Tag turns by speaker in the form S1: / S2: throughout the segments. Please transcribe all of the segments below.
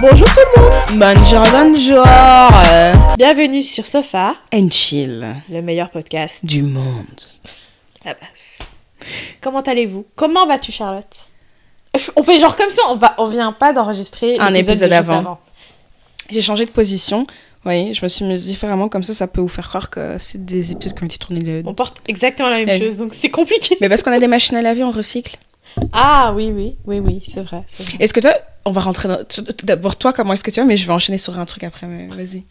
S1: Bonjour tout le monde
S2: Bonjour, bonjour euh,
S1: Bienvenue sur Sofa,
S2: And chill
S1: le meilleur podcast,
S2: du monde.
S1: la base. Comment allez-vous Comment vas-tu Charlotte On fait genre comme ça, on, va, on vient pas d'enregistrer
S2: Un
S1: l'épisode
S2: épisode
S1: de juste
S2: avant. J'ai changé de position. Oui, je me suis mise différemment, comme ça, ça peut vous faire croire que c'est des épisodes qui ont été tournés le...
S1: On porte exactement la même
S2: Eh.
S1: chose, donc c'est compliqué.
S2: Mais parce qu'on a des machines à laver, on recycle.
S1: Ah oui, oui, oui, oui, c'est vrai, c'est vrai.
S2: Est-ce que toi, on va rentrer dans... tout- tout D'abord, toi, comment est-ce que tu vas Mais je vais enchaîner sur un truc après, mais vas-y.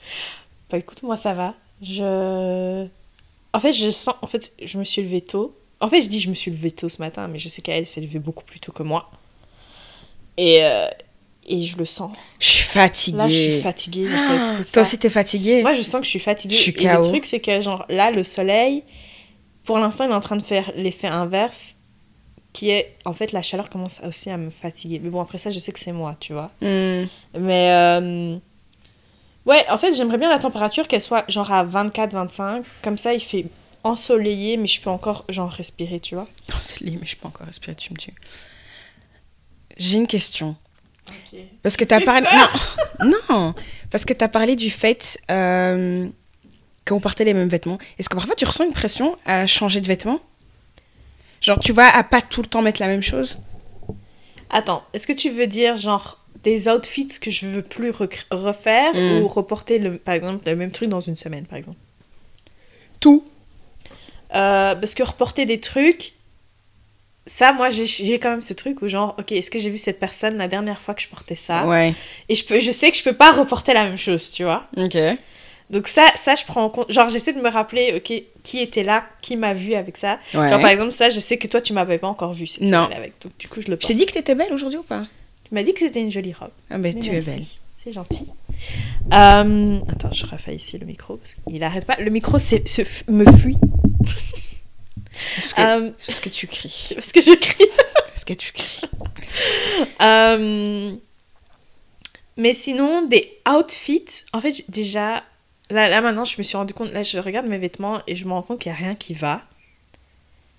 S1: Bah écoute, moi ça va. Je. En fait, je sens. En fait, je me suis levée tôt. En fait, je dis je me suis levée tôt ce matin, mais je sais qu'elle s'est levée beaucoup plus tôt que moi. Et, euh, et je le sens.
S2: Je suis fatiguée.
S1: Là, je suis fatiguée, en fait.
S2: Ah,
S1: c'est ça.
S2: Toi aussi, t'es fatiguée
S1: Moi, je sens que je suis fatiguée.
S2: Je suis
S1: et le
S2: KO.
S1: truc, c'est que, genre, là, le soleil, pour l'instant, il est en train de faire l'effet inverse, qui est, en fait, la chaleur commence aussi à me fatiguer. Mais bon, après ça, je sais que c'est moi, tu vois.
S2: Hmm.
S1: Mais, euh, ouais, en fait, j'aimerais bien la température qu'elle soit, genre, à 24-25. Comme ça, il fait ensoleillé, mais je peux encore, genre, respirer, tu vois.
S2: Oh, c'est lié, mais je peux encore respirer, tu me tues. J'ai une question. Parce que t'as parlé. Non, non, parce que t'as parlé du fait euh, qu'on portait les mêmes vêtements. Est-ce que parfois tu ressens une pression à changer de vêtements Genre, tu vois, à pas tout le temps mettre la même chose
S1: Attends, est-ce que tu veux dire, genre, des outfits que je veux plus recr- refaire
S2: Mm.
S1: ou reporter, le, par exemple, le même truc dans une semaine, par exemple
S2: Tout.
S1: Euh, parce que reporter des trucs, ça, moi, j'ai- j'ai quand même ce truc où genre, ok, est-ce que j'ai vu cette personne la dernière fois que je portais ça
S2: Ouais.
S1: Et je, peux, je sais que je peux pas reporter la même chose, tu vois.
S2: Ok.
S1: Donc ça, ça, je prends en compte. Genre, j'essaie de me rappeler, ok, qui était là, qui m'a vu avec ça. Genre, par exemple, ça, je sais que toi, tu m'avais pas encore vu. cette
S2: Non.
S1: semaine Avec, donc, du coup, je le
S2: Je
S1: porte.
S2: t'ai dit que t'étais belle aujourd'hui ou pas
S1: Tu m'as dit que c'était une jolie robe.
S2: Ah, ben
S1: Mais
S2: tu
S1: merci.
S2: es belle.
S1: C'est gentil. Euh, attends, je rafais ici le micro. Parce qu'il arrête pas. Le micro c'est- se f- me fuit.
S2: C'est parce, que-
S1: Euh,
S2: c'est parce que tu cries.
S1: parce que je crie.
S2: Parce que tu cries.
S1: Euh, mais sinon, des outfits, en fait, j'ai- déjà, là, là maintenant, je me suis rendu compte, là, je regarde mes vêtements et je me rends compte qu'il n'y a rien qui va.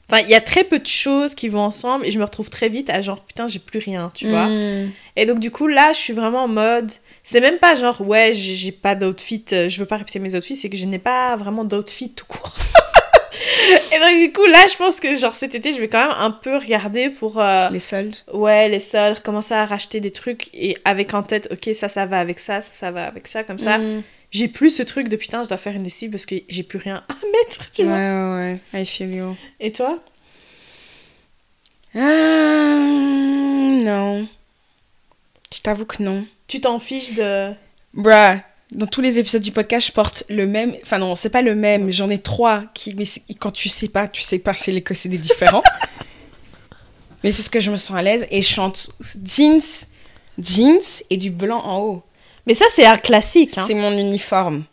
S1: Enfin, il y a très peu de choses qui vont ensemble et je me retrouve très vite à genre, putain, j'ai plus rien, tu vois.
S2: Hmm.
S1: Et donc, du coup, là, je suis vraiment en mode, c'est même pas genre, ouais, j'ai j'ai pas d'outfit, euh, je veux pas répéter mes outfits, c'est que je n'ai pas vraiment d'outfit tout court. et donc, du coup, là, je pense que genre cet été, je vais quand même un peu regarder pour. euh,
S2: Les soldes.
S1: Ouais, les soldes, commencer à racheter des trucs et avec en tête, ok, ça, ça va avec ça, ça, ça va avec ça, comme ça.
S2: Hmm.
S1: J'ai plus ce truc de putain, je dois faire une lessive parce que j'ai plus rien à mettre, tu
S2: Ouais,
S1: vois.
S2: ouais, ouais. I feel you.
S1: Et toi
S2: Ah, non. Je t'avoue que non.
S1: Tu t'en fiches de.
S2: Bruh, dans tous les épisodes du podcast, je porte le même. Enfin, non, c'est pas le même. J'en ai trois qui. Mais c'est- quand tu sais pas, tu sais pas, c'est les que c'est des différents. mais c'est parce que je me sens à l'aise et je chante jeans, jeans et du blanc en haut.
S1: Mais ça, c'est un classique, hein.
S2: C'est mon uniforme.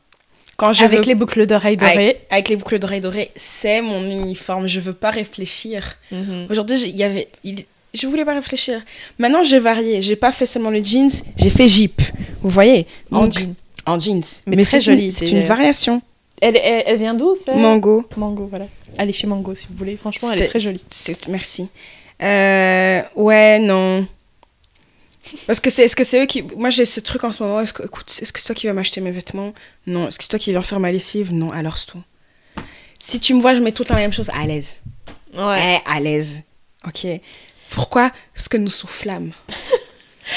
S2: Quand je
S1: Avec
S2: veux-
S1: les boucles d'oreilles dorées.
S2: avec, avec les boucles d'oreilles dorées, c'est mon uniforme. Je veux pas réfléchir.
S1: Mhm.
S2: Aujourd'hui, j'ai- il y avait. il- Je voulais pas réfléchir. Maintenant, j'ai varié. J'ai pas fait seulement le jeans, j'ai fait jeep. Vous voyez
S1: En
S2: Donc,
S1: jean.
S2: en jeans.
S1: Mais
S2: Mais,
S1: très
S2: c'est
S1: joli, euh,
S2: joli. C'est
S1: d'ailleurs.
S2: une variation.
S1: Elle, elle, elle vient d'où, ça
S2: Mango.
S1: Mango, voilà. Allez chez Mango si vous voulez. Franchement, elle est
S2: C'était-
S1: très jolie.
S2: c'est- Merci. Euh, ouais, non. Parce que c'est, est-ce que c'est eux qui. Moi, j'ai ce truc en ce moment. Est-ce que, écoute, est-ce que c'est toi qui vas m'acheter mes vêtements Non. Est-ce que c'est toi qui vas faire ma lessive Non. Alors c'est tout. Si tu me vois, je mets tout le temps la même chose. À l'aise.
S1: Ouais.
S2: Eh, à l'aise. Ok. Pourquoi Parce que nous soufflâmes.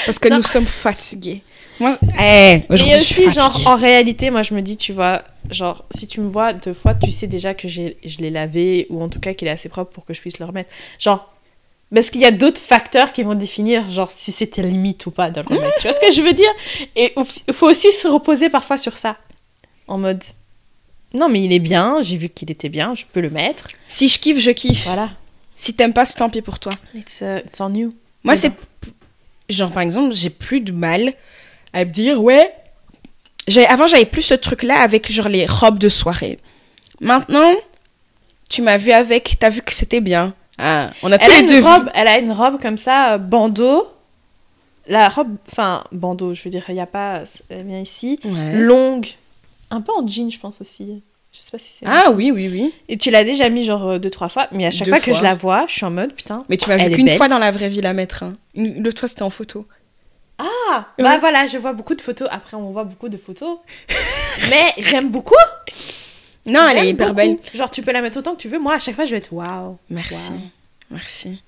S2: Parce que
S1: Non.
S2: nous sommes fatigués. Moi, eh, aujourd'hui,
S1: Et
S2: je suis
S1: aussi, genre,
S2: fatiguée.
S1: en réalité, moi, je me dis, tu vois, genre, si tu me vois deux fois, tu sais déjà que j'ai- je l'ai lavé ou en tout cas qu'il est assez propre pour que je puisse le remettre. Genre, parce qu'il y a d'autres facteurs qui vont définir, genre, si c'était limite ou pas de le remettre. Tu vois ce que je veux dire Et il faut aussi se reposer parfois sur ça. En mode, non, mais il est bien, j'ai vu qu'il était bien, je peux le mettre.
S2: Si je kiffe, je kiffe.
S1: Voilà.
S2: Si t'aimes pas, c'est tant pis pour toi.
S1: It's, uh, it's on you.
S2: Moi,
S1: Mais
S2: c'est. Genre, par exemple, j'ai plus de mal à me dire, ouais. J'ai- Avant, j'avais plus ce truc-là avec, genre, les robes de soirée. Maintenant, tu m'as vu avec, t'as vu que c'était bien. Ah, on a tous
S1: Elle a,
S2: les deux
S1: une
S2: vu.
S1: robe, elle a une robe comme ça, euh, bandeau. La robe, enfin, bandeau, je veux dire, il n'y a pas. Elle vient ici.
S2: Ouais.
S1: longue, un peu en jean, je pense aussi. Je sais pas si c'est.
S2: Ah, oui, oui, oui.
S1: Et tu l'as déjà mis genre euh, deux trois fois, mais à chaque
S2: Deux
S1: fois, que
S2: fois.
S1: je la vois, je suis en mode putain.
S2: Mais tu m'as
S1: Elle
S2: vu
S1: est
S2: qu'une
S1: belle.
S2: fois dans la vraie vie la mettre. hein. Une- L'autre fois, c'était en photo.
S1: Ah Bah
S2: Ouais.
S1: voilà, je vois beaucoup de photos. Après, on voit beaucoup de photos. Mais j'aime beaucoup.
S2: Non, elle
S1: j'aime
S2: est hyper
S1: beaucoup.
S2: belle.
S1: Genre, tu peux la mettre autant que tu veux. Moi, à chaque fois, je vais être waouh.
S2: Merci.
S1: Wow.
S2: Merci.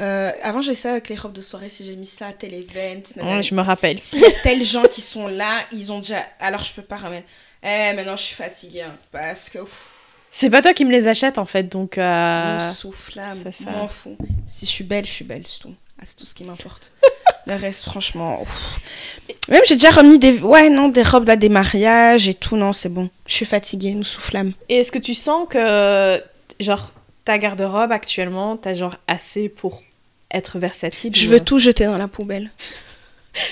S2: Euh, avant, j'ai ça avec les robes de soirée, si j'ai mis ça à tel event. nanana.
S1: Ouais, je me rappelle.
S2: S'il y a tels gens qui sont là, ils ont déjà. Alors, je peux pas ramener. Eh, maintenant, je suis fatiguée. hein, parce que. pff,
S1: C'est pas toi qui me les achètes en fait, donc. euh,
S2: Mon souffle là,
S1: c'est ça.
S2: m'en fous. Si je suis belle, je suis belle, c'est tout. Ah, c'est tout ce qui m'importe. Le reste, franchement. ouf. Même, j'ai déjà remis des. Ouais, non, des robes là, des mariages et tout. Non, c'est bon. Je suis fatiguée, nous soufflâmes.
S1: Et est-ce que tu sens que, genre, ta garde-robe actuellement, t'as genre assez pour être versatile
S2: Je
S1: ou,
S2: veux
S1: euh,
S2: tout jeter dans la poubelle.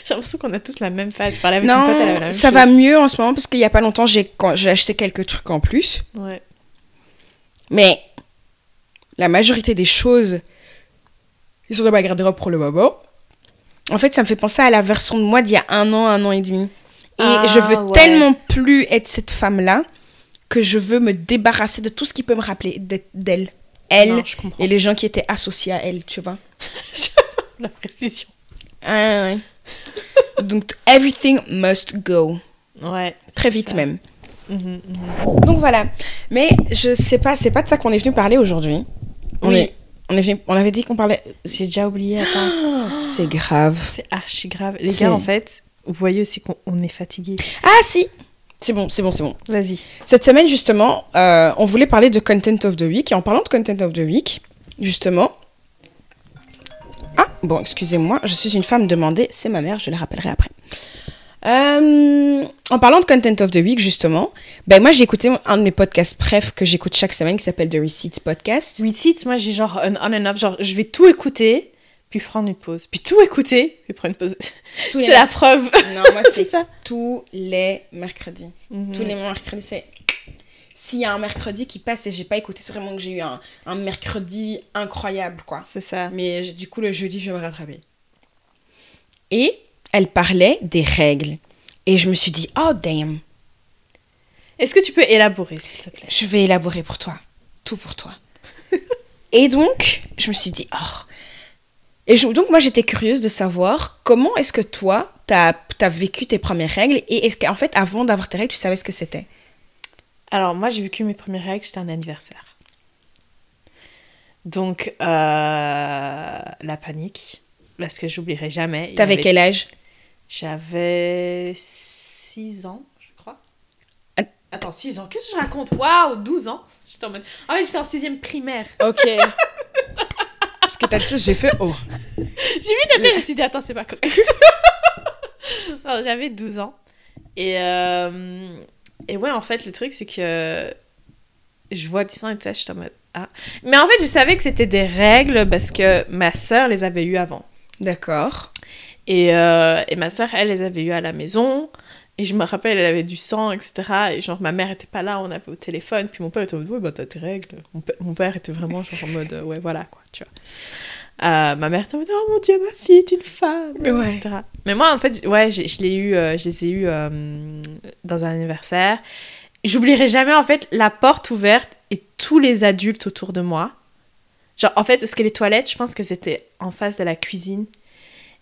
S1: J'ai l'impression qu'on a tous la même phase. Par avec une pote, elle avait la
S2: Non,
S1: même
S2: ça va mieux en ce moment parce qu'il y a pas longtemps, j'ai quand- j'ai acheté quelques trucs en plus.
S1: va. Ouais.
S2: Mais la majorité des choses, ils sont dans ma garde-robe pour le moment. En fait, ça me fait penser à la version de moi d'il y a un an, un an et demi. Et
S1: Ah,
S2: je veux
S1: ouais.
S2: tellement plus être cette femme-là que je veux me débarrasser de tout ce qui peut me rappeler d'être- d'elle. Elle
S1: Non, je comprends
S2: et les gens qui étaient associés à elle, tu vois.
S1: la précision.
S2: Ah, ouais. Donc, everything must go.
S1: Ouais.
S2: Très vite
S1: Ça.
S2: même.
S1: Mhm, mhm.
S2: Donc voilà. Mais je sais pas, c'est pas de ça qu'on est venu parler aujourd'hui. On,
S1: Oui.
S2: est, on, est venu- on avait dit qu'on parlait.
S1: J'ai déjà oublié, attends.
S2: C'est grave.
S1: C'est archi grave. Les
S2: C'est-
S1: gars, en fait, vous voyez aussi qu'on on est fatigué.
S2: Ah si C'est bon, c'est bon, c'est bon.
S1: Vas-y.
S2: Cette semaine, justement, euh, on voulait parler de Content of the Week. Et en parlant de Content of the Week, justement. Ah, bon, excusez-moi, je suis une femme demandée, c'est ma mère, je la rappellerai après. Euh, en parlant de Content of the Week, justement, ben moi j'ai écouté un de mes podcasts préf que j'écoute chaque semaine qui s'appelle The Receipt Podcast.
S1: With It, moi j'ai genre un on and off, genre je vais tout écouter, puis prendre une pause, puis tout écouter, puis prendre une pause.
S2: Tous les
S1: C'est la preuve.
S2: Non, moi,
S1: C'est
S2: c'est
S1: ça.
S2: tous les mercredis.
S1: Mhm.
S2: Tous les mercredis, c'est. S'il y a un mercredi qui passe et j'ai pas écouté, c'est vraiment que j'ai eu un, un mercredi incroyable, quoi.
S1: C'est ça.
S2: Mais j'ai- du coup, le jeudi, je vais me rattraper. Et elle parlait des règles. Et je me suis dit, oh damn,
S1: Est-ce que tu peux élaborer, s'il te plaît
S2: je vais élaborer pour toi. Tout pour toi. et donc, je me suis dit, oh. Et je- donc, moi, j'étais curieuse de savoir comment est-ce que toi, t'as as vécu tes premières règles et est-ce qu'en fait, avant d'avoir tes règles, tu savais ce que c'était
S1: Alors moi j'ai vécu mes premières règles, c'était un anniversaire. Donc euh, la panique, parce que j'oublierai jamais. Il y
S2: T'avais
S1: avait-
S2: quel âge
S1: J'avais 6 ans, je crois.
S2: Att-
S1: Attends, 6 ans, qu'est-ce que je raconte Waouh, 12 ans J'étais en mode... Ah ouais, j'étais en 6 primaire.
S2: Ok. Parce que t'as dit ça, j'ai fait oh.
S1: J'ai vu ta tête, je me suis dit, attends, c'est pas correct. Non, J'avais 12 ans. Et, euh, et ouais, en fait, le truc, c'est que je vois du sang et tout ça, je suis en mode. Ah. Mais en fait, je savais que c'était des règles parce que ma sœur les avait eues avant.
S2: D'accord.
S1: Et, euh, et ma sœur, elle les avait eues à la maison. Et je me rappelle, elle avait du sang, etc. Et genre, ma mère était pas là, on avait au téléphone. Puis mon père était en mode, ouais, bah t'as tes règles. Mon, pa- mon père était vraiment genre en mode, euh, ouais, voilà, quoi, tu vois. Euh, ma mère était en mode, oh mon dieu, ma fille est une femme,
S2: Ouais.
S1: etc. Mais moi, en fait, ouais, j'ai- je l'ai eu, euh, je les ai eues euh, dans un anniversaire. J'oublierai jamais, en fait, la porte ouverte et tous les adultes autour de moi. Genre, en fait, parce que les toilettes, je pense que c'était en face de la cuisine.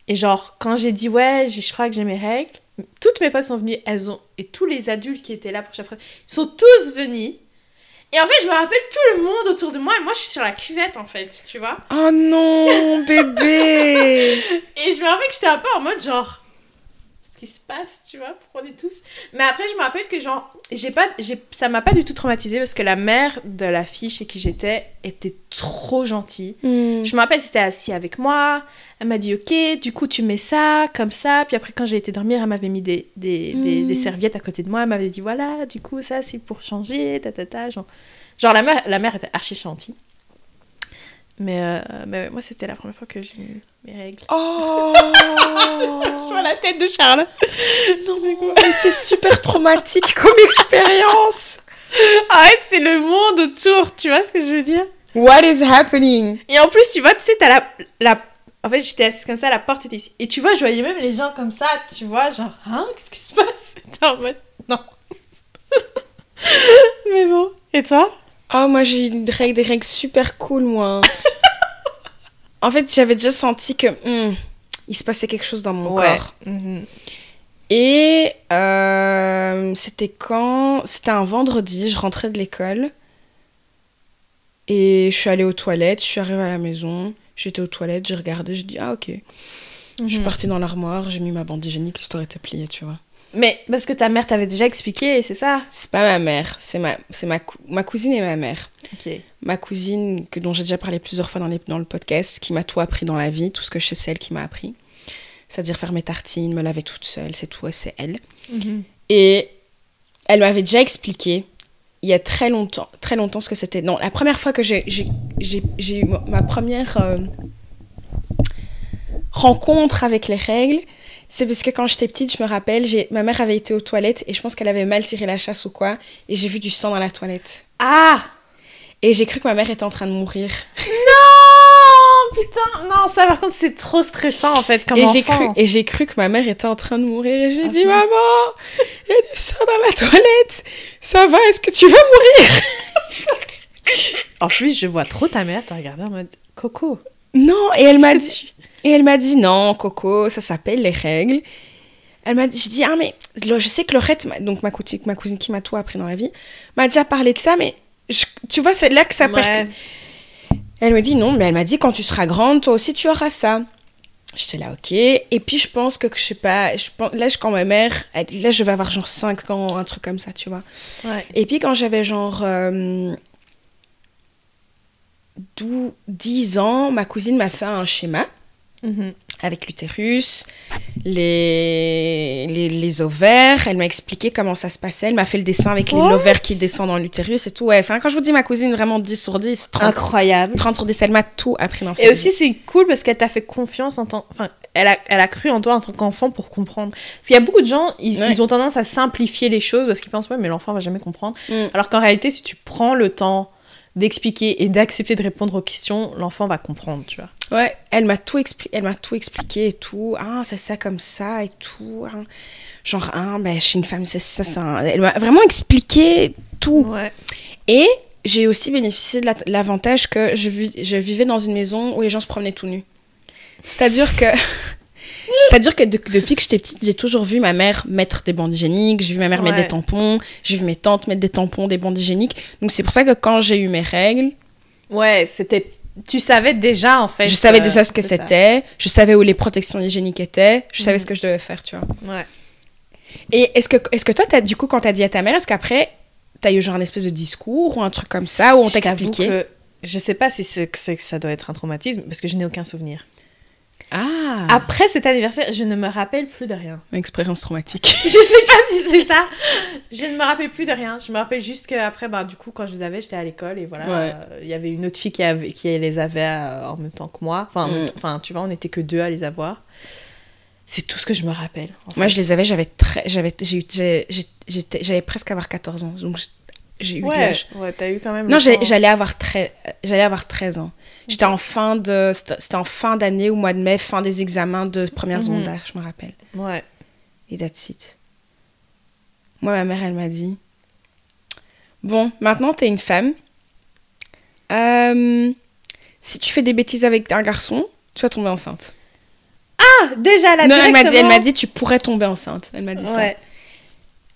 S1: Et genre, quand j'ai dit, ouais, j'ai- je crois que j'ai mes règles, toutes mes potes sont venues, elles ont... Et tous les adultes qui étaient là pour chaque fois, sont tous venus. Et en fait, je me rappelle tout le monde autour de moi, et moi, je suis sur la cuvette, en fait, tu vois.
S2: Oh non, bébé.
S1: Et je me rappelle que j'étais un peu en mode genre ce qui se passe, tu vois, pourquoi on est tous. Mais après je me rappelle que genre j'ai pas j'ai ça m'a pas du tout traumatisé parce que la mère de la fille chez qui j'étais était trop gentille.
S2: Hmm.
S1: Mm. Je me rappelle, c'était assis avec moi. Elle m'a dit OK, du coup, tu mets ça, comme ça. Puis après, quand j'ai été dormir, elle m'avait mis des, des, des-
S2: Mm.
S1: des serviettes à côté de moi. Elle m'avait dit voilà, du coup, ça, c'est pour changer, ta, ta, ta. Genre, genre la, mère, la mère était archi gentille. Mais, euh, mais ouais, moi, c'était la première fois que j'ai eu mes règles.
S2: Oh.
S1: Je vois la tête de Charles. non, mais quoi
S2: Mais c'est super traumatique comme expérience.
S1: Arrête, c'est le monde autour, tu vois ce que je veux dire
S2: What is happening
S1: Et en plus, tu vois, tu sais, t'as la, la... En fait, j'étais assise comme ça, la porte était ici. Et tu vois, je voyais même les gens comme ça, tu vois, genre, hein, qu'est-ce qui se passe T'es en mode, non. Mais bon, et toi
S2: Oh, moi j'ai eu des règles, des règles super cool, moi. en fait, j'avais déjà senti que hmm, il se passait quelque chose dans mon
S1: Ouais.
S2: corps.
S1: Mhm.
S2: Et euh, c'était quand C'était un vendredi, je rentrais de l'école. Et je suis allée aux toilettes, je suis arrivée à la maison, j'étais aux toilettes, j'ai regardé, j'ai dit ah ok. Je suis
S1: Mhm.
S2: partie dans l'armoire, j'ai mis ma bande hygiénique, l'histoire était pliée, tu vois.
S1: Mais parce que ta mère t'avait déjà expliqué, c'est ça
S2: C'est pas ma mère, c'est ma, c'est ma, cou- ma cousine et ma mère.
S1: Ok.
S2: Ma cousine, que, dont j'ai déjà parlé plusieurs fois dans, les, dans le podcast, qui m'a tout appris dans la vie, tout ce que je sais, c'est elle qui m'a appris. C'est-à-dire faire mes tartines, me laver toute seule, c'est tout, c'est elle.
S1: Mm-hmm.
S2: Et elle m'avait déjà expliqué, il y a très longtemps, très longtemps ce que c'était. Non, la première fois que j'ai j'ai- j'ai- j'ai eu ma- ma première euh, rencontre avec les règles, c'est parce que quand j'étais petite, je me rappelle, j'ai- ma mère avait été aux toilettes et je pense qu'elle avait mal tiré la chasse ou quoi, et j'ai vu du sang dans la toilette.
S1: Ah
S2: Et j'ai cru que ma mère était en train de mourir.
S1: Non Putain Non, ça par contre c'est trop stressant en fait comme
S2: et j'ai cru
S1: enfant.
S2: et j'ai cru que ma mère était en train de mourir et j'ai
S1: Ah
S2: dit
S1: bon
S2: maman, il y a du sang dans la toilette. Ça va, est-ce que tu vas mourir
S1: En plus, je vois trop ta mère te regarder en mode Coco.
S2: Non, et elle
S1: qu'est-ce
S2: m'a
S1: que
S2: dit
S1: tu-
S2: Et elle m'a dit non, Coco, ça s'appelle les règles. Elle m'a dit, je dis ah mais le- je sais que Laurette, ma- donc ma cousine, ma cousine qui m'a tout appris dans la vie, m'a déjà parlé de ça, mais je- tu vois c'est là que ça.
S1: Ouais.
S2: percute. Elle me dit non, mais elle m'a dit quand tu seras grande, toi aussi tu auras ça. J'étais là ok. Et puis je pense que que je sais pas, je pense, là je- quand ma mère, elle- là je vais avoir genre 5 ans, un truc comme ça, tu vois.
S1: Ouais.
S2: Et puis quand j'avais genre euh, dou- 10 ans, ma cousine m'a fait un schéma
S1: Mhm.
S2: avec l'utérus, les, les, les ovaires. Elle m'a expliqué comment ça se passait. Elle m'a fait le dessin avec les
S1: What
S2: ovaires qui descendent dans l'utérus et tout. Ouais, enfin, quand je vous dis ma cousine, vraiment 10 sur 10, 30,
S1: Incroyable.
S2: 30 sur 10, elle m'a tout appris dans sa
S1: Et
S2: vie.
S1: aussi, c'est cool parce qu'elle t'a fait confiance en tant. Enfin, elle a, elle a cru en toi en tant qu'enfant pour comprendre. Parce qu'il y a beaucoup de gens, ils,
S2: Ouais.
S1: ils ont tendance à simplifier les choses parce qu'ils pensent, ouais, mais l'enfant va jamais comprendre.
S2: Mm.
S1: Alors qu'en réalité, si tu prends le temps d'expliquer et d'accepter de répondre aux questions, l'enfant va comprendre, tu vois.
S2: Ouais, elle m'a tout, expli- elle m'a tout expliqué et tout. Ah, c'est ça comme ça et tout. hein. Genre, ah, ben, chez une femme, c'est ça. c'est un- Elle m'a vraiment expliqué tout.
S1: Ouais.
S2: Et j'ai aussi bénéficié de la- de l'avantage que je, vis- je vivais dans une maison où les gens se promenaient tout nus. C'est-à-dire que. C'est-à-dire que de- depuis que j'étais petite, j'ai toujours vu ma mère mettre des bandes hygiéniques, j'ai vu ma mère mettre
S1: Ouais.
S2: des tampons, j'ai vu mes tantes mettre des tampons, des bandes hygiéniques. Donc c'est pour ça que quand j'ai eu mes règles,
S1: Ouais, c'était. Tu savais déjà, en fait.
S2: je savais
S1: euh,
S2: déjà ce que
S1: c'est ça.
S2: c'était, je savais où les protections hygiéniques étaient, je savais
S1: Mhm.
S2: ce que je devais faire, tu vois.
S1: Ouais.
S2: Et est-ce que, est que toi, as, du coup, quand t'as dit à ta mère, est-ce qu'après, t'as eu genre un espèce de discours ou un truc comme ça, où on
S1: Je t'avoue
S2: t'expliquait
S1: que Je sais pas si c'est que c'est que ça doit être un traumatisme parce que je n'ai aucun souvenir.
S2: Ah,
S1: Après cet anniversaire, je ne me rappelle plus de rien.
S2: Expérience traumatique.
S1: Je sais pas si c'est ça. Je ne me rappelle plus de rien. Je me rappelle juste qu'après, bah, du coup, quand je les avais, j'étais à l'école et voilà.
S2: Ouais.
S1: euh, Il y avait une autre fille qui, avait, qui les avait euh, en même temps que moi. Enfin, en même
S2: Mm.
S1: temps- enfin, tu vois, on n'était que deux à les avoir. C'est tout ce que je me rappelle. en fait.
S2: Moi, je les avais, j'avais très, j'avais, j'ai eu, j'ai- j'ai- j'étais- j'allais presque avoir 14 ans, donc j'ai- j'ai eu de
S1: Ouais, Ah,
S2: l'âge.
S1: ouais t'as eu quand même.
S2: Non,
S1: le
S2: j'ai-
S1: temps.
S2: j'allais avoir très, j'allais avoir 13 ans. J'étais en fin de, c'était c'était en fin d'année au mois de mai, fin des examens de première
S1: Mhm.
S2: secondaire, je me rappelle.
S1: Ouais.
S2: Et that's it. Moi, ma mère, elle m'a dit, bon, maintenant t'es une femme. Euh, si tu fais des bêtises avec un garçon, tu vas tomber enceinte.
S1: Ah, déjà là,
S2: non, elle m'a dit, elle m'a
S1: directement.
S2: dit, tu pourrais tomber enceinte. Elle m'a dit ça.
S1: Ouais.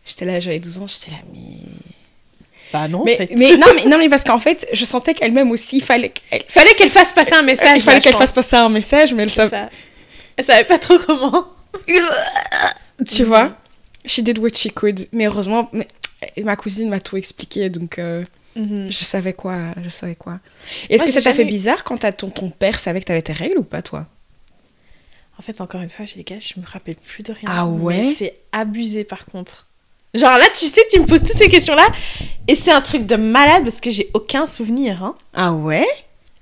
S2: J'étais là, j'avais 12 ans, j'étais là, mais.
S1: Bah non,
S2: Mais, mais, non, mais non, mais parce qu'en fait, je sentais qu'elle-même aussi, il fallait qu'elle
S1: fallait qu'elle fasse passer un message.
S2: Euh, il fallait
S1: là, je
S2: qu'elle
S1: pense.
S2: fasse passer un message, mais elle savait.
S1: Ça. Elle savait pas trop comment.
S2: Tu
S1: Mhm.
S2: vois She did what she could. Mais heureusement, mais- ma cousine m'a tout expliqué, donc euh, je savais quoi. Je savais quoi. Est-ce
S1: Mhm. Moi,
S2: que ça
S1: j'ai
S2: t'a fait
S1: jamais eu-
S2: bizarre quand t'as ton, ton père savait que t'avais tes règles ou pas, toi
S1: En fait, encore une fois, chez les gars, je me rappelle plus de rien.
S2: Ah ouais
S1: Mais C'est abusé par contre. Genre là, tu sais, tu me poses toutes ces questions-là et c'est un truc de malade parce que j'ai aucun souvenir. Hein.
S2: Ah ouais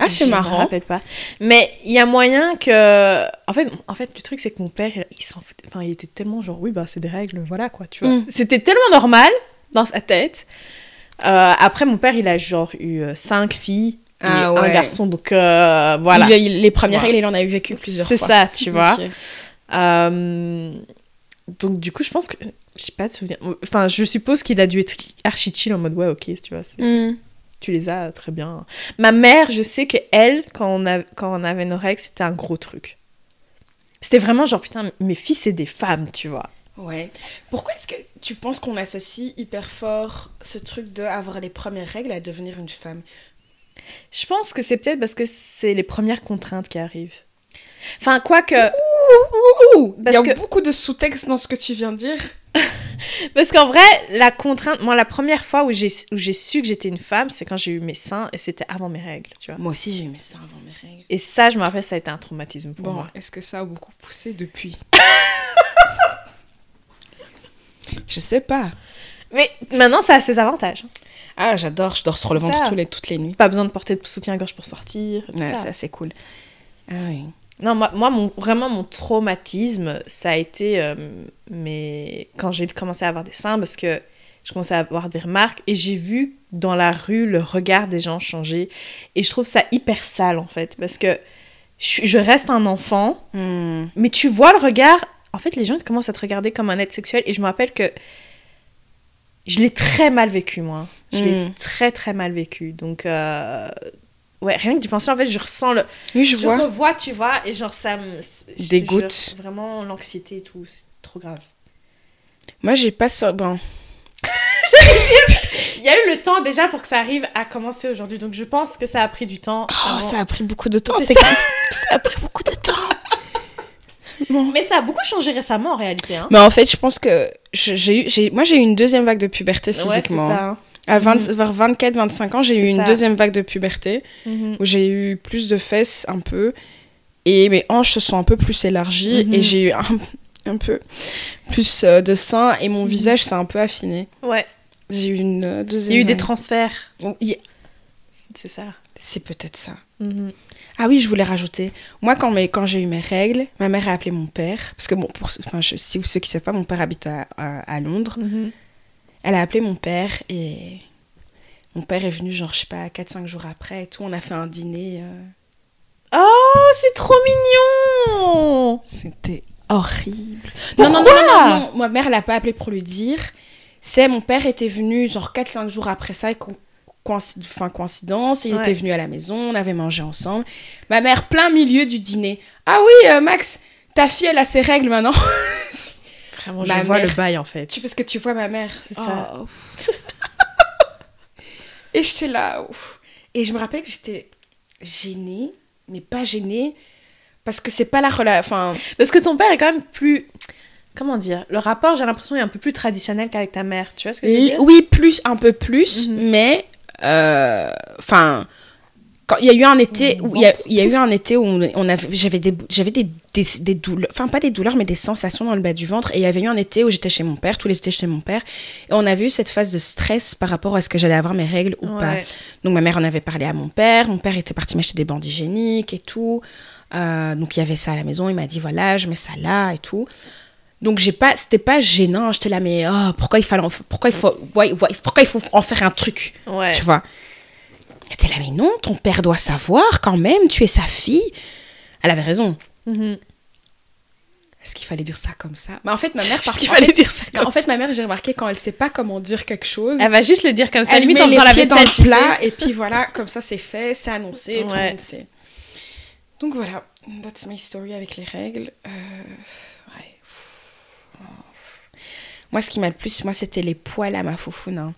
S2: Ah, c'est
S1: Je me
S2: marrant.
S1: rappelle pas. Mais il y a moyen que. En fait, en fait le truc, c'est que mon père, il, il s'en foutait. Enfin, il était tellement genre, oui, bah, c'est des règles, voilà quoi, tu vois.
S2: Mm.
S1: C'était tellement normal dans sa tête. Euh, après, mon père, il a genre eu euh, cinq filles et
S2: Ah
S1: un
S2: ouais.
S1: garçon, donc euh, voilà.
S2: Il a- il- les premières
S1: vois.
S2: règles, il en a vécu plusieurs
S1: C'est
S2: fois.
S1: ça, tu vois.
S2: Ok.
S1: Euh, donc du coup, je pense que j'ai pas de souvenir. Enfin, je suppose qu'il a dû être archi chill en mode ouais, ok, tu vois, c'est-
S2: Mhm.
S1: tu les as très bien. Ma mère, je sais que elle, quand on, a, quand on avait nos règles, c'était un gros truc. C'était vraiment genre, putain, mes filles, c'est des femmes, tu vois.
S2: Ouais. Pourquoi est-ce que tu penses qu'on associe hyper fort ce truc de avoir les premières règles à devenir une femme
S1: Je pense que c'est peut-être parce que c'est les premières contraintes qui arrivent. Enfin, quoique.
S2: Il
S1: Parce
S2: y a
S1: que-
S2: beaucoup de sous-texte dans ce que tu viens de dire.
S1: Parce qu'en vrai, la contrainte, moi, la première fois où j'ai où j'ai su que j'étais une femme, c'est quand j'ai eu mes seins et c'était avant mes règles, tu vois.
S2: Moi aussi, j'ai eu mes seins avant mes règles.
S1: Et ça, je me rappelle, ça a été un traumatisme pour
S2: Bon,
S1: moi.
S2: est-ce que ça a beaucoup poussé depuis Je sais pas.
S1: Mais maintenant, ça a ses avantages. hein.
S2: Ah, j'adore, je dors sur le
S1: C'est
S2: ventre
S1: ça.
S2: tous les, toutes les nuits.
S1: Pas besoin de porter de soutien-gorge pour sortir, tout
S2: Ouais,
S1: ça.
S2: ça, c'est cool. Ah oui.
S1: Non, moi, moi, mon, vraiment, mon traumatisme, ça a été euh, mes- quand j'ai commencé à avoir des seins, parce que je commençais à avoir des remarques, et j'ai vu dans la rue le regard des gens changer. Et je trouve ça hyper sale, en fait, parce que je, suis- je reste un enfant,
S2: Hmm.
S1: mais tu vois le regard. En fait, les gens ils commencent à te regarder comme un être sexuel. Et je me rappelle que je l'ai très mal vécu, moi. Je l'ai
S2: Mm.
S1: très, très mal vécu. Donc, euh, ouais, rien que d'y penser, en fait, je ressens le.
S2: Oui, je
S1: Je,
S2: vois.
S1: revois, tu vois, et genre, ça me. c'est- je te
S2: Dégoûte.
S1: jure, Vraiment, l'anxiété et tout. C'est trop grave.
S2: Moi, j'ai pas ça. Bon,
S1: Il y a eu le temps déjà pour que ça arrive à commencer aujourd'hui. Donc, je pense que ça a pris du temps.
S2: Oh,
S1: avant.
S2: ça a pris beaucoup de temps.
S1: C'est
S2: Oh, c'est ça. ça a pris beaucoup de temps.
S1: Mais ça a beaucoup changé récemment, en réalité. Hein.
S2: Mais en fait, je pense que je- j'ai eu, j'ai- moi j'ai eu une deuxième vague de puberté
S1: Ouais, c'est
S2: physiquement.
S1: ça. hein.
S2: À 20 vers 24, 25 ans, j'ai eu
S1: C'est
S2: une
S1: ça.
S2: deuxième vague de puberté
S1: Mhm.
S2: où j'ai eu plus de fesses un peu et mes hanches se sont un peu plus élargies
S1: Mhm.
S2: et j'ai eu un, un peu plus euh, de seins et mon visage s'est un peu affiné.
S1: Ouais.
S2: J'ai eu une euh,
S1: Mhm. Il
S2: deuxième.
S1: y a eu des
S2: vague.
S1: transferts.
S2: Oh, yeah.
S1: Mhm. C'est ça.
S2: C'est peut-être ça.
S1: Mhm.
S2: Ah oui, je voulais rajouter. Moi, quand, mes- quand j'ai eu mes règles, ma mère a appelé mon père. Parce que, bon, pour enfin, je- si vous, ceux qui ne savent pas, mon père habite à, à- à Londres.
S1: Mhm.
S2: Elle a appelé mon père et mon père est venu, genre, je sais pas, 4-5 jours après et tout. On a fait un dîner. euh,
S1: Oh, c'est trop mignon
S2: C'était horrible. non, non, non,
S1: Pourquoi
S2: non, non, Ma mère l'a pas appelé pour lui dire. C'est mon père était venu, genre, 4-5 jours après ça. Et con- coïnci- Enfin, coïncidence, il
S1: Ouais.
S2: était venu à la maison, on avait mangé ensemble. Ma mère, plein milieu du dîner. Ah oui, euh, Max, ta fille, elle a ses règles maintenant.
S1: Vraiment,
S2: Ma
S1: je vois
S2: mère.
S1: le bail, en fait.
S2: Tu parce que tu vois ma mère.
S1: C'est ça.
S2: Oh, pff. et j'étais là. ouf. Et je me rappelle que j'étais gênée, mais pas gênée parce que c'est pas la relation. Enfin,
S1: Parce que ton père est quand même plus... Comment dire Le rapport, j'ai l'impression, est un peu plus traditionnel qu'avec ta mère. Tu vois ce que je veux
S2: l-
S1: dire
S2: oui, plus un peu plus,
S1: Mhm.
S2: mais euh, enfin. quand il y a eu un été où il y, a- il y a eu un été où on on avait j'avais des j'avais des, des, des douleurs enfin pas des douleurs mais des sensations dans le bas du ventre et il y avait eu un été où j'étais chez mon père tous les étés chez mon père et on avait eu cette phase de stress par rapport à ce que j'allais avoir mes règles ou pas
S1: Ouais.
S2: Donc ma mère en avait parlé à mon père, mon père était parti m'acheter des bandes hygiéniques et tout. Euh, donc il y avait ça à la maison, il m'a dit voilà, je mets ça là et tout. Donc j'ai pas c'était pas gênant, j'étais là mais oh, pourquoi il fallait en- pourquoi il faut ouais, ouais, pourquoi il faut en faire un truc,
S1: Ouais.
S2: tu vois. Et T'es là mais non, ton père doit savoir quand même, tu es sa fille. Elle avait raison.
S1: Mhm.
S2: Est-ce qu'il fallait dire ça comme ça Mais en fait ma mère
S1: Parce qu'il
S2: en
S1: fallait
S2: fait-
S1: dire ça
S2: non, en fait ma mère, j'ai remarqué quand elle sait pas comment dire quelque chose,
S1: Elle va juste le dire comme ça,
S2: elle
S1: limite
S2: met
S1: en
S2: les
S1: faisant la
S2: pieds
S1: vaisselle,
S2: dans le
S1: tu sais.
S2: plat et puis voilà, comme ça c'est fait, c'est annoncé, tout le
S1: Ouais.
S2: monde sait. Donc voilà, that's my story avec les règles. Euh, ouais. Moi, ce qui m'a le plus, moi, c'était les poils à ma foufoune. hein.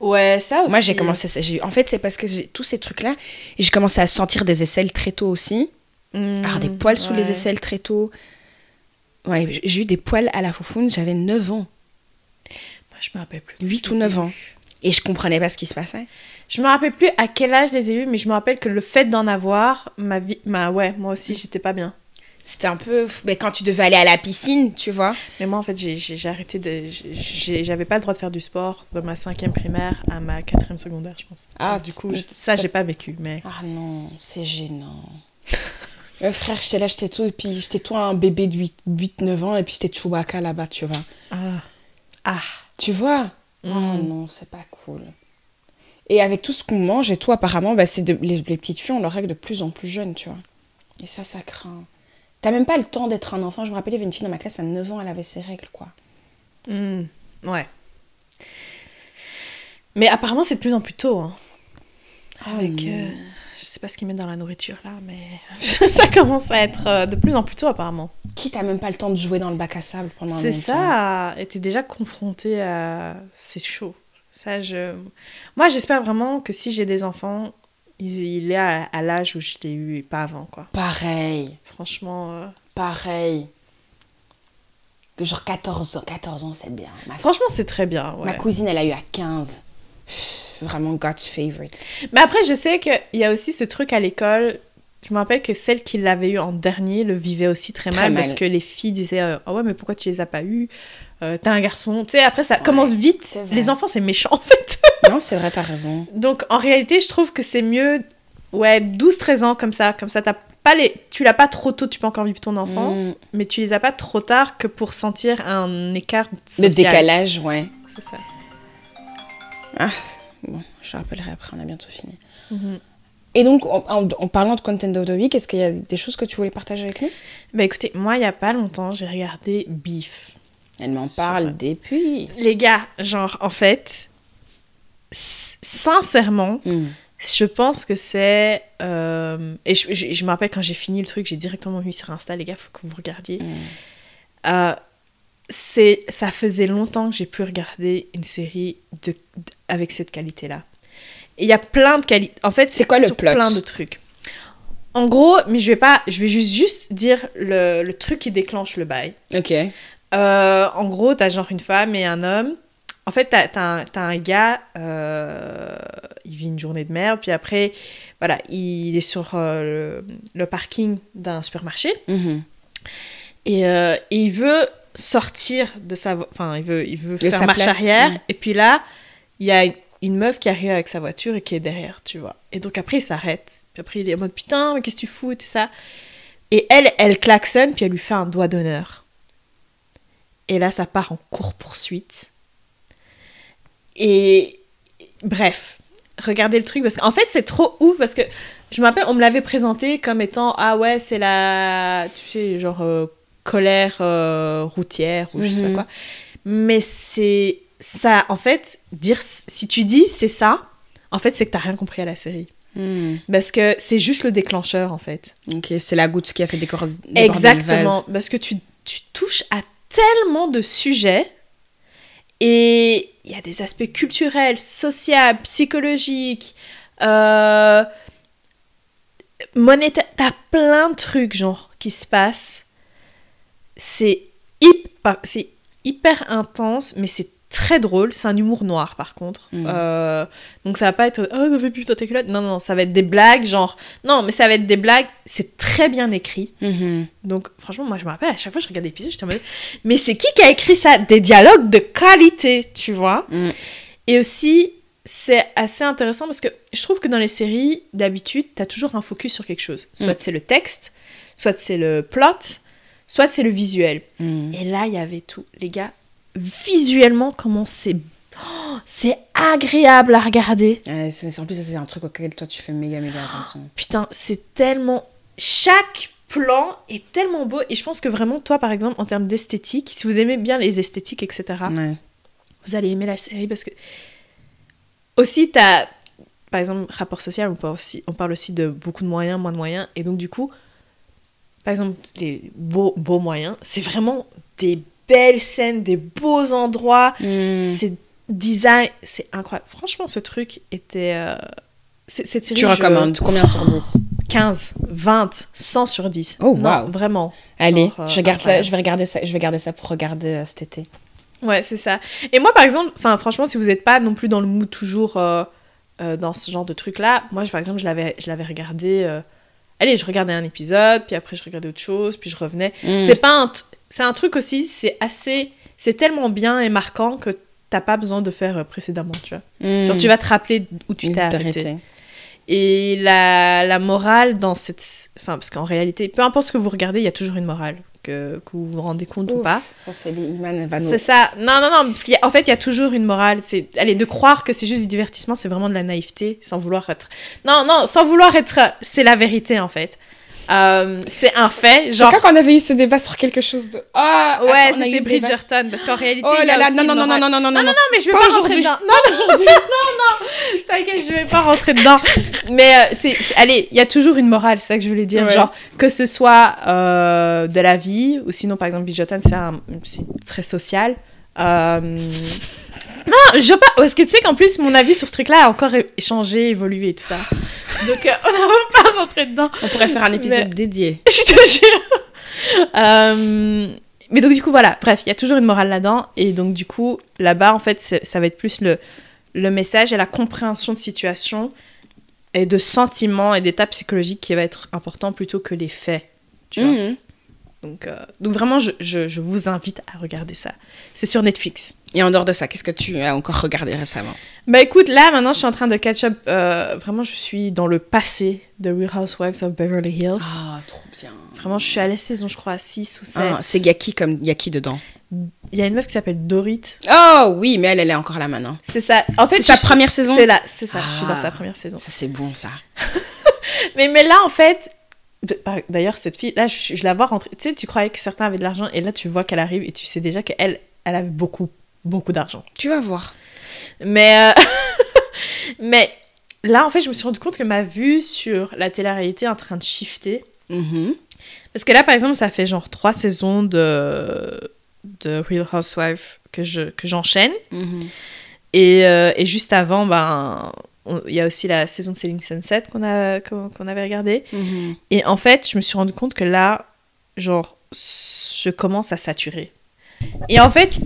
S1: Ouais, ça aussi.
S2: Moi, j'ai commencé, ça- j'ai eu- en fait, c'est parce que j'ai tous ces trucs-là, et j'ai commencé à sentir des aisselles très tôt aussi,
S1: Mhm.
S2: avoir des poils sous les
S1: Ouais.
S2: aisselles très tôt. Ouais, j'ai- j'ai eu des poils à la foufoune, j'avais 9 ans,
S1: Moi, je me rappelle plus.
S2: 8
S1: Je
S2: ou
S1: les ai
S2: 9 ans.
S1: eus.
S2: Et je comprenais pas ce qui se passait.
S1: Je me rappelle plus à quel âge je les ai eus, mais je me rappelle que le fait d'en avoir, ma vie... Ma... Ouais, moi aussi, j'étais pas bien.
S2: C'était un peu. Mais quand tu devais aller à la piscine, tu vois.
S1: Mais moi, en fait, j'ai- j'ai j'ai arrêté de... j'ai- J'avais pas le droit de faire du sport de ma cinquième primaire à ma quatrième secondaire, je pense.
S2: Ah,
S1: du coup,
S2: c'est-
S1: je- ça, j'ai pas vécu, mais...
S2: Ah non, c'est gênant. Euh, frère, j'étais là, j'étais tout. Et puis j'étais toi un bébé de 8-9 ans. Et puis c'était Chewbacca là-bas, tu vois.
S1: Ah. Ah.
S2: Tu vois Oh
S1: Mm.
S2: non, c'est pas cool. Et avec tout ce qu'on mange et tout, apparemment, bah, c'est de- les, les petites filles, on leur règle de plus en plus jeunes, tu vois. Et ça, ça craint. T'as même pas le temps d'être un enfant. Je me rappelle, il y avait une fille dans ma classe à 9 ans, elle avait ses règles, quoi.
S1: Hmm, ouais. Mais apparemment, c'est de plus en plus tôt. hein. Avec.
S2: non.
S1: euh, Je sais pas ce qu'ils mettent dans la nourriture là, mais ça commence à être euh, de plus en plus tôt apparemment.
S2: Qui t'as même pas le temps de jouer dans le bac à sable pendant un
S1: C'est
S2: long
S1: ça, et t'es déjà confronté à. C'est chaud. Ça, je... Moi, j'espère vraiment que si j'ai des enfants, il, il est à, à l'âge où je l'ai eu et pas avant, quoi.
S2: temps. Pareil,
S1: Franchement. euh,
S2: pareil. Que Genre 14 ans, 14 ans c'est bien. Ma,
S1: Franchement, c'est très bien.
S2: ma
S1: ouais.
S2: cousine elle a eu à 15. Pff, Vraiment God's favorite.
S1: Mais après, je sais qu'il y a aussi ce truc à l'école. Je me rappelle que celle qui l'avait eu en dernier le vivait aussi très mal,
S2: Très mal.
S1: parce que les filles disaient euh, Ah ouais, mais pourquoi tu les as pas eues Euh, T'es un garçon. Tu sais, après, ça commence vite.
S2: c'est vrai.
S1: Les enfants, c'est méchant en fait.
S2: non c'est vrai, t'as raison.
S1: Donc en réalité, je trouve que c'est mieux ouais, 12 13 ans comme ça, comme ça t'as pas les tu l'as pas trop tôt, tu peux encore vivre ton enfance,
S2: Mm.
S1: mais tu les as pas trop tard que pour sentir un écart
S2: Le
S1: social.
S2: décalage, ouais.
S1: C'est ça.
S2: Ah, bon, je rappellerai après, on a bientôt fini.
S1: Mhm.
S2: Et donc, en, en- en parlant de Content of the Week, est-ce qu'il y a des choses que tu voulais partager avec nous
S1: Bah écoutez, moi il y a pas longtemps, j'ai regardé Beef.
S2: Elle m'en
S1: Ça va.
S2: parle depuis.
S1: Les gars, genre en fait s- sincèrement, je pense que c'est euh, et je, je- je me rappelle quand j'ai fini le truc, j'ai directement mis sur Insta les gars, faut que vous regardiez.
S2: Mm.
S1: Euh, c'est ça faisait longtemps que j'ai pu regarder une série de, d- avec cette qualité là il y a plein de qualités en fait
S2: C'est quoi le
S1: sur
S2: plot
S1: plein de trucs en gros mais je vais pas je vais juste juste dire le, le truc qui déclenche le bail
S2: Ok.
S1: Euh, en gros t'as genre une femme et un homme en fait t'as t'as un, t'as un gars euh, il vit une journée de merde puis après voilà il est sur euh, le, le parking d'un supermarché
S2: Mhm.
S1: et, euh, et il veut sortir de sa vo- enfin il veut il veut faire
S2: sa
S1: marche
S2: place, Mm.
S1: arrière
S2: ouais.
S1: et puis là il y a une, une meuf qui arrive avec sa voiture et qui est derrière tu vois et donc après il s'arrête puis après il est en mode putain mais qu'est-ce que tu fous et tout ça et elle elle klaxonne puis elle lui fait un doigt d'honneur et là ça part en court poursuite et bref regardez le truc parce qu'en fait c'est trop ouf parce que je me rappelle on me l'avait présenté comme étant ah ouais c'est la tu sais genre euh, colère euh, routière ou je sais
S2: Mhm.
S1: pas quoi mais c'est ça en fait dire si tu dis c'est ça en fait c'est que t'as rien compris à la série parce que c'est juste le déclencheur en fait
S2: Hmm. Ok, c'est la goutte qui a fait décor- déborder le
S1: Exactement,
S2: vase.
S1: parce que tu, tu touches à tellement de sujets et il y a des aspects culturels, sociaux, psychologiques, euh, monétaires, t'as plein de trucs genre qui se passent. C'est hyper, c'est hyper intense, mais c'est très drôle. C'est un humour noir par contre.
S2: Mm.
S1: Euh, donc ça va pas être ah non mais putain tes culottes. Non non, non, ça va être des blagues genre non mais ça va être des blagues. C'est très bien écrit.
S2: Mhm.
S1: Donc, franchement, moi, je me rappelle, à chaque fois que je regardais l'épisode, j'étais en mode, mais c'est qui qui a écrit ça Des dialogues de qualité, tu vois
S2: Mm.
S1: Et aussi, c'est assez intéressant parce que je trouve que dans les séries, d'habitude, t'as toujours un focus sur quelque chose. Soit
S2: Mm.
S1: c'est le texte, soit c'est le plot, soit c'est le visuel.
S2: Mhm.
S1: Et là, il y avait tout. Les gars, visuellement, comment c'est... Oh, c'est agréable à regarder.
S2: Ouais, c'est- c'est- en plus, ça, c'est un truc auquel toi tu fais méga méga attention.
S1: Putain, c'est tellement. Chaque plan est tellement beau. Et je pense que vraiment, toi, par exemple, en termes d'esthétique, si vous aimez bien les esthétiques, etc.,
S2: Ouais.
S1: vous allez aimer la série parce que. Aussi, t'as. Par exemple, rapport social, on parle, aussi, on parle aussi de beaucoup de moyens, moins de moyens. Et donc, du coup, par exemple, les beaux, beaux moyens, c'est vraiment des belles scènes, des beaux endroits.
S2: Mm. Hmm.
S1: C'est design, c'est incroyable. Franchement, ce truc était. euh, c'est- Cette série,
S2: Tu
S1: je-
S2: recommandes combien sur 10
S1: 15, 20, 100 sur 10.
S2: Oh,
S1: Non,
S2: wow.
S1: Vraiment.
S2: Allez,
S1: Genre, euh,
S2: je regarde ça,
S1: incroyable.
S2: je vais regarder ça, je vais garder ça pour regarder euh, cet été.
S1: Ouais, c'est ça. Et moi, par exemple, enfin, franchement, si vous n'êtes pas non plus dans le mood toujours euh, euh, dans ce genre de truc-là, moi, je- par exemple, je l'avais je l'avais regardé. euh, Allez, je regardais un épisode, puis après, je regardais autre chose, puis je revenais.
S2: Mm.
S1: C'est pas un. tr- C'est un truc aussi, c'est assez. C'est tellement bien et marquant que t'as pas besoin de faire euh, précédemment, tu vois.
S2: Mm.
S1: Genre, tu vas te rappeler où tu t'es
S2: Hmm.
S1: arrêté. Et la, la morale dans cette... Enfin, parce qu'en réalité, peu importe ce que vous regardez, il y a toujours une morale, que, que vous vous rendez compte ou
S2: Ouf, Ah Ça,
S1: pas.
S2: c'est les Iman elle va nous-
S1: C'est ça. Non, non, non, parce qu'en fait, il y a toujours une morale. C'est, allez, de croire que c'est juste du divertissement, c'est vraiment de la naïveté, sans vouloir être... Non, non, sans vouloir être... C'est la vérité, en fait. Euh, c'est un fait. Genre,
S2: Quand on avait eu ce débat sur quelque chose de. Ah, attends,
S1: ouais,
S2: on a eu
S1: c'était
S2: ce débat.
S1: Bridgerton. Parce qu'en réalité,
S2: Oh
S1: il y
S2: là
S1: a
S2: là,
S1: aussi
S2: non,
S1: une
S2: non, non, non,
S1: morale.
S2: non, non, non,
S1: Non, non,
S2: non.
S1: non, mais je vais
S2: Pas
S1: pas, rentrer
S2: aujourd'hui.
S1: dedans. Non, non, aujourd'hui. non, non. T'inquiète, je vais pas rentrer dedans. Mais euh, c'est, c'est- allez, il y a toujours une morale, c'est ça que je voulais dire.
S2: Ouais.
S1: Genre, que ce soit euh, de la vie, ou sinon, par exemple, Bridgerton, c'est, un- c'est très social. Euh, Non, je veux pas. Parce que tu sais qu'en plus, mon avis sur ce truc-là a encore é- changé, évolué et tout ça. Donc, euh, on ne va pas rentrer dedans.
S2: On pourrait faire un épisode dédié.
S1: Je te jure. Euh, mais donc du coup voilà, bref, il y a toujours une morale là-dedans et donc du coup là-bas en fait c'est- ça va être plus le, le message et la compréhension de situation et de sentiments et d'étapes psychologiques qui va être important plutôt que les faits. Tu vois.
S2: Mhm.
S1: Donc, euh, donc vraiment je, je- je vous invite à regarder ça. C'est sur Netflix.
S2: Et en dehors de ça, qu'est-ce que tu as encore regardé récemment
S1: Bah écoute là maintenant je suis en train de catch up. euh, vraiment je suis dans le passé de Real Housewives of Beverly Hills.
S2: Ah, trop bien.
S1: Vraiment je suis à la saison je crois à 6 ou 7.
S2: Ah, c'est Yaki comme Yaki dedans.
S1: Il y a une meuf qui s'appelle Dorit.
S2: Oh oui, mais elle, elle est encore là maintenant.
S1: C'est ça. En fait,
S2: c'est sa
S1: je-
S2: première saison.
S1: C'est là, c'est ça. Je suis dans
S2: Ah.
S1: sa première saison.
S2: Ça, c'est bon, ça.
S1: Mais, mais là, en fait, de- par- d'ailleurs, cette fille, là, je, je la vois rentrer. Tu sais, tu croyais que certains avaient de l'argent et là, tu vois qu'elle arrive et tu sais déjà qu'elle, elle avait beaucoup, beaucoup d'argent.
S2: Tu vas voir.
S1: Mais, euh, mais là, en fait, je me suis rendu compte que ma vue sur la télé-réalité est en train de shifter.
S2: Mhm.
S1: Parce que là, par exemple, ça fait genre trois saisons de, de Real Housewife que je- que j'enchaîne.
S2: Mhm.
S1: Et, euh, et juste avant, ben, on- il y a aussi la saison de Selling Sunset qu'on a, qu'on, qu'on avait regardée.
S2: Mhm.
S1: Et en fait, je me suis rendu compte que là, genre, je commence à saturer. Et en fait,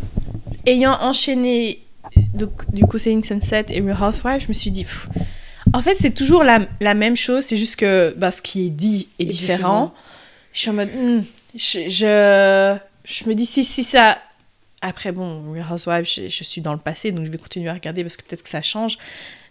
S1: ayant enchaîné donc, du coup Selling Sunset et Real Housewives, je me suis dit, pff, en fait, c'est toujours la, la même chose, c'est juste que ben, ce qui est dit est
S2: Est
S1: différent. Je suis en mode, hmm, je, je, je me dis, si, si ça. Après, bon, Real Housewives, je, je suis dans le passé, donc je vais continuer à regarder parce que peut-être que ça change.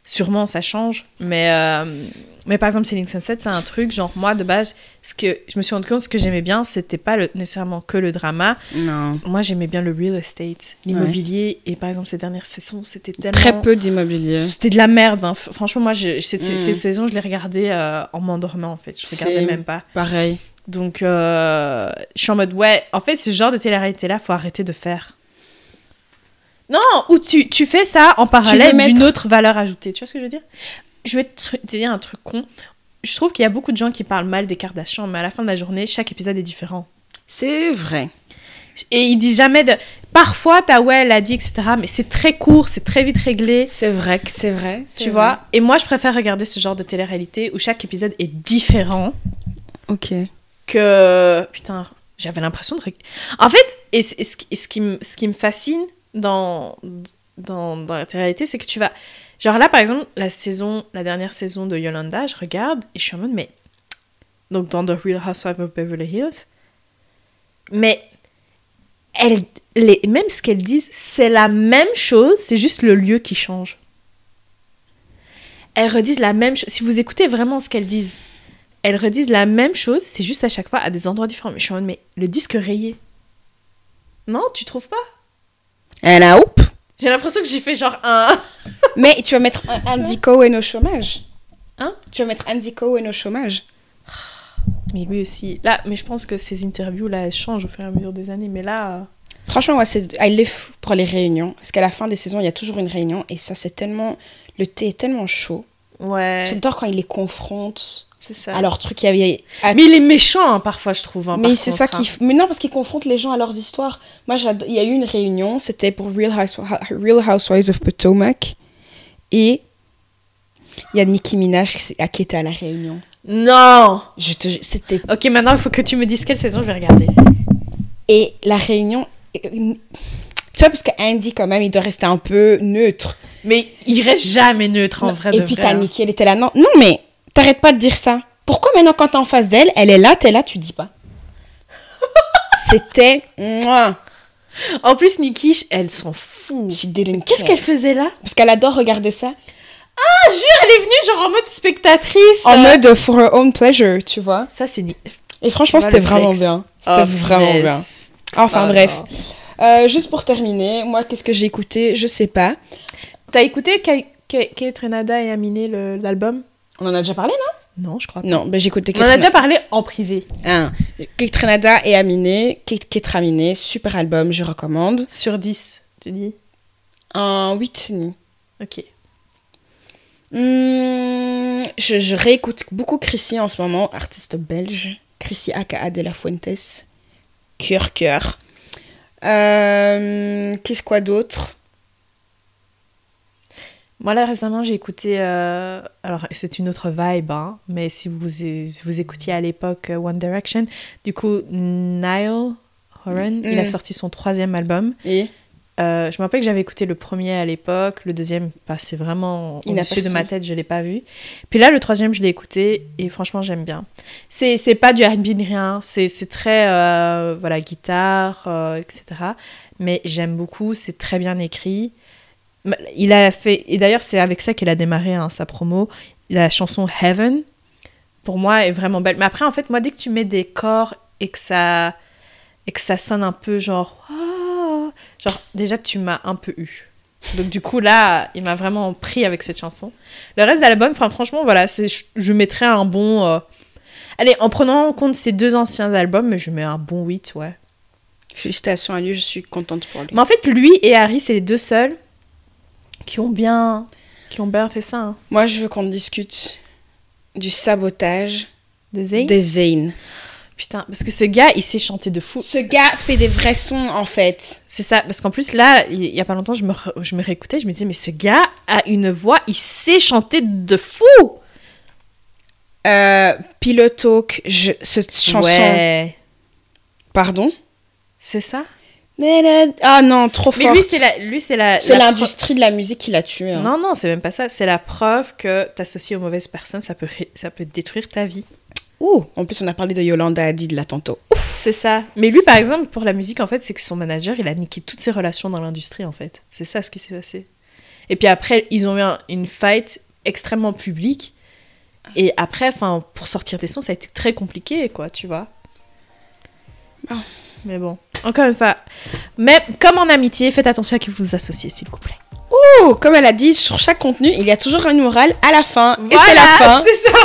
S1: Sûrement, ça change. Mais, euh, mais par exemple, Selling Sunset, c'est un truc, genre, moi, de base, ce que je me suis rendu compte, ce que j'aimais bien, c'était pas le- nécessairement que le drama.
S2: Non.
S1: Moi, j'aimais bien le real estate, l'immobilier. Et par exemple, ces dernières saisons, c'était tellement.
S2: Très peu d'immobilier.
S1: C'était de la merde. hein. F- Franchement, moi, j'ai- cette,
S2: Mm.
S1: cette saison, je l'ai regardée euh, en m'endormant, en fait. Je regardais
S2: C'est-
S1: même pas.
S2: Pareil.
S1: Donc, euh, je suis en mode, ouais, en fait, ce genre de télé-réalité-là, faut arrêter de faire. Non, ou tu, tu fais ça en parallèle
S2: veux
S1: d'une
S2: mettre-
S1: autre valeur ajoutée. Tu vois ce que je veux dire Je vais te te dire un truc con. Je trouve qu'il y a beaucoup de gens qui parlent mal des Kardashians, mais à la fin de la journée, chaque épisode est différent.
S2: C'est vrai.
S1: Et ils disent jamais de. Parfois, t'as ouais, elle a dit, etc. Mais c'est très court, c'est très vite réglé.
S2: C'est vrai que c'est vrai. c'est
S1: Tu
S2: vrai.
S1: vois Et moi, je préfère regarder ce genre de télé-réalité où chaque épisode est différent
S2: Ok.
S1: que putain j'avais l'impression de ré- en fait et, c- et ce, qui- et ce qui me ce qui me fascine dans dans, dans la réalité c'est que tu vas genre là par exemple la saison la dernière saison de Yolanda je regarde et je suis en mode mais donc dans The Real Housewives of Beverly Hills mais elle les même ce qu'elles disent c'est la même chose c'est juste le lieu qui change elles redisent la même chose si vous écoutez vraiment ce qu'elles disent elles redisent la même chose, c'est juste à chaque fois à des endroits différents. Mais je suis en mode, mais le disque rayé. Non, tu trouves pas
S2: Elle a oup.
S1: J'ai l'impression que j'ai fait genre un.
S2: Mais tu vas mettre Andy Cohen au chômage.
S1: Hein
S2: Tu vas mettre Andy Cohen au chômage.
S1: Mais lui aussi. Là, mais je pense que ces interviews là, elles changent au fur et à mesure des années. Mais là, euh,
S2: Franchement, moi, c'est, elle est fou pour les réunions. Parce qu'à la fin des saisons, il y a toujours une réunion. Et ça, c'est tellement. Le thé est tellement chaud.
S1: ouais,
S2: J'adore quand il les confronte
S1: c'est ça. Ah,
S2: à leur truc. Il y avait. à-
S1: mais il est méchant hein, parfois, je trouve. hein,
S2: Mais
S1: par
S2: c'est
S1: contre,
S2: ça
S1: hein.
S2: qui. f- Mais non, parce qu'ils confrontent les gens à leurs histoires. Moi, j'ado- il y a eu une réunion, c'était pour Real, House- Real Housewives of Potomac. Et il y a Nicki Minaj qui, s'est- qui était à la réunion.
S1: Non
S2: Je te ju- C'était.
S1: Ok, maintenant il faut que tu me dises quelle saison je vais regarder.
S2: Et la réunion. euh, Tu vois, parce que Andy, quand même, il doit rester un peu neutre.
S1: Mais il reste jamais neutre en
S2: Non,
S1: vrai.
S2: et
S1: de
S2: puis
S1: vrai,
S2: t'as
S1: hein.
S2: Nicki, elle était là. Non, non mais t'arrêtes pas de dire ça. Pourquoi maintenant, quand t'es en face d'elle, elle est là, t'es là, tu dis pas C'était. Mouah.
S1: En plus, Nikki, elle s'en fout.
S2: She didn't
S1: Qu'est-ce
S2: care.
S1: qu'elle faisait là
S2: Parce qu'elle adore regarder ça.
S1: Ah, Elle est venue genre en mode spectatrice.
S2: En
S1: euh,
S2: mode for her own pleasure, tu vois.
S1: Ça, c'est. ni-
S2: Et franchement,
S1: Tu vois,
S2: c'était
S1: le
S2: vraiment
S1: flex.
S2: bien. C'était
S1: Oh,
S2: vraiment
S1: punaise.
S2: bien. Ah, Enfin,
S1: Oh,
S2: bref.
S1: non.
S2: Euh, juste pour terminer, moi, qu'est-ce que j'ai écouté Je sais pas.
S1: T'as écouté Kay, Kay- Kay Trenada et Aminé le- l'album
S2: On en a déjà parlé, non
S1: Non, je crois pas.
S2: Non, ben j'écoutais
S1: On en a déjà parlé en privé.
S2: Un, Kate Renata et Aminé, Kate, Kate Aminé, super album, je recommande.
S1: Sur 10, tu dis
S2: Un 8 demi.
S1: Ok.
S2: Hmm, je, je réécoute beaucoup Chrissy en ce moment, artiste belge. Chrissy aka de la Fuentes. Cœur, cœur. Euh, Qu'est-ce quoi d'autre
S1: Moi, là, récemment, j'ai écouté. euh, Alors, c'est une autre vibe, hein, mais si vous, si vous écoutiez à l'époque euh, One Direction, du coup, Niall Horan, il a
S2: Mm.
S1: sorti son troisième album.
S2: Et
S1: Euh, je me rappelle que j'avais écouté le premier à l'époque, le deuxième passait vraiment au-dessus de
S2: Inaperçu.
S1: ma tête, je l'ai pas vu. Puis là, le troisième, je l'ai écouté et franchement, j'aime bien. C'est c'est pas du R&B ni rien, c'est c'est très euh, voilà guitare, euh, etc. Mais j'aime beaucoup, c'est très bien écrit. Il a fait et d'ailleurs c'est avec ça qu'il a démarré hein, sa promo. La chanson Heaven pour moi est vraiment belle. Mais après, en fait, moi, dès que tu mets des corps et que ça et que ça sonne un peu genre Ah genre déjà tu m'as un peu eu donc du coup là il m'a vraiment pris avec cette chanson le reste de l'album enfin franchement voilà c'est- je, je mettrais un bon euh, allez en prenant en compte ces deux anciens albums mais je mets un bon 8 ouais
S2: félicitations à lui, je suis contente pour lui.
S1: mais en fait lui et Harry c'est les deux seuls qui ont bien qui ont bien fait ça hein.
S2: Moi, je veux qu'on discute du sabotage
S1: des Zayn
S2: des Zayn.
S1: putain parce que ce gars il sait chanter de fou
S2: Ce gars fait des vrais sons, en fait.
S1: C'est ça, parce qu'en plus, là, il y a pas longtemps, je me, re- je me réécoutais, je me disais, mais ce gars a une voix, il sait chanter de fou
S2: Euh, Pillow Talk, je- cette chanson.
S1: Ouais.
S2: Pardon
S1: C'est ça
S2: Ah non, trop
S1: Mais
S2: forte.
S1: lui, c'est la, lui, c'est la,
S2: C'est
S1: la
S2: l'industrie de la musique qui l'a tué.
S1: preu-
S2: hein.
S1: Non, non, c'est même pas ça. C'est la preuve que t'associer aux mauvaises personnes, ça peut, ré- ça peut détruire ta vie.
S2: Ouh, en plus, on a parlé de Yolanda Hadid là tantôt.
S1: C'est ça. Mais lui, par exemple, pour la musique, en fait, c'est que son manager, il a niqué toutes ses relations dans l'industrie, en fait. C'est ça ce qui s'est passé. Et puis après, ils ont eu un- une fight extrêmement publique. Et après, enfin, pour sortir des sons, ça a été très compliqué, quoi, tu vois.
S2: Bon.
S1: Mais bon, encore une fois. Mais comme en amitié, faites attention à qui vous vous associez, s'il vous plaît.
S2: Ouh, comme elle a dit, sur chaque contenu, il y a toujours une morale à la fin. Et c'est la
S1: Voilà,
S2: fin.
S1: c'est ça.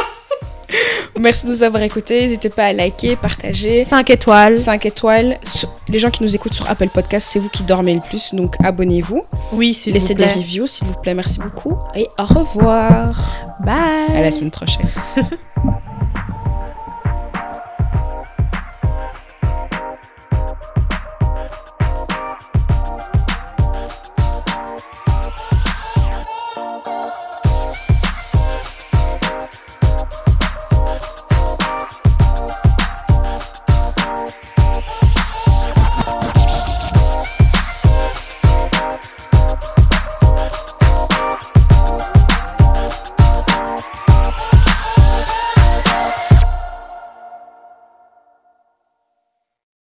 S2: Merci de nous avoir écoutés. N'hésitez pas à liker, partager.
S1: 5 étoiles.
S2: 5 étoiles. Sur- Les gens qui nous écoutent sur Apple Podcast, c'est vous qui dormez le plus, donc abonnez-vous.
S1: Oui, s'il
S2: Laissez
S1: vous
S2: des
S1: plaît.
S2: reviews, s'il vous plaît. Merci beaucoup. Et au revoir.
S1: Bye.
S2: À la semaine prochaine.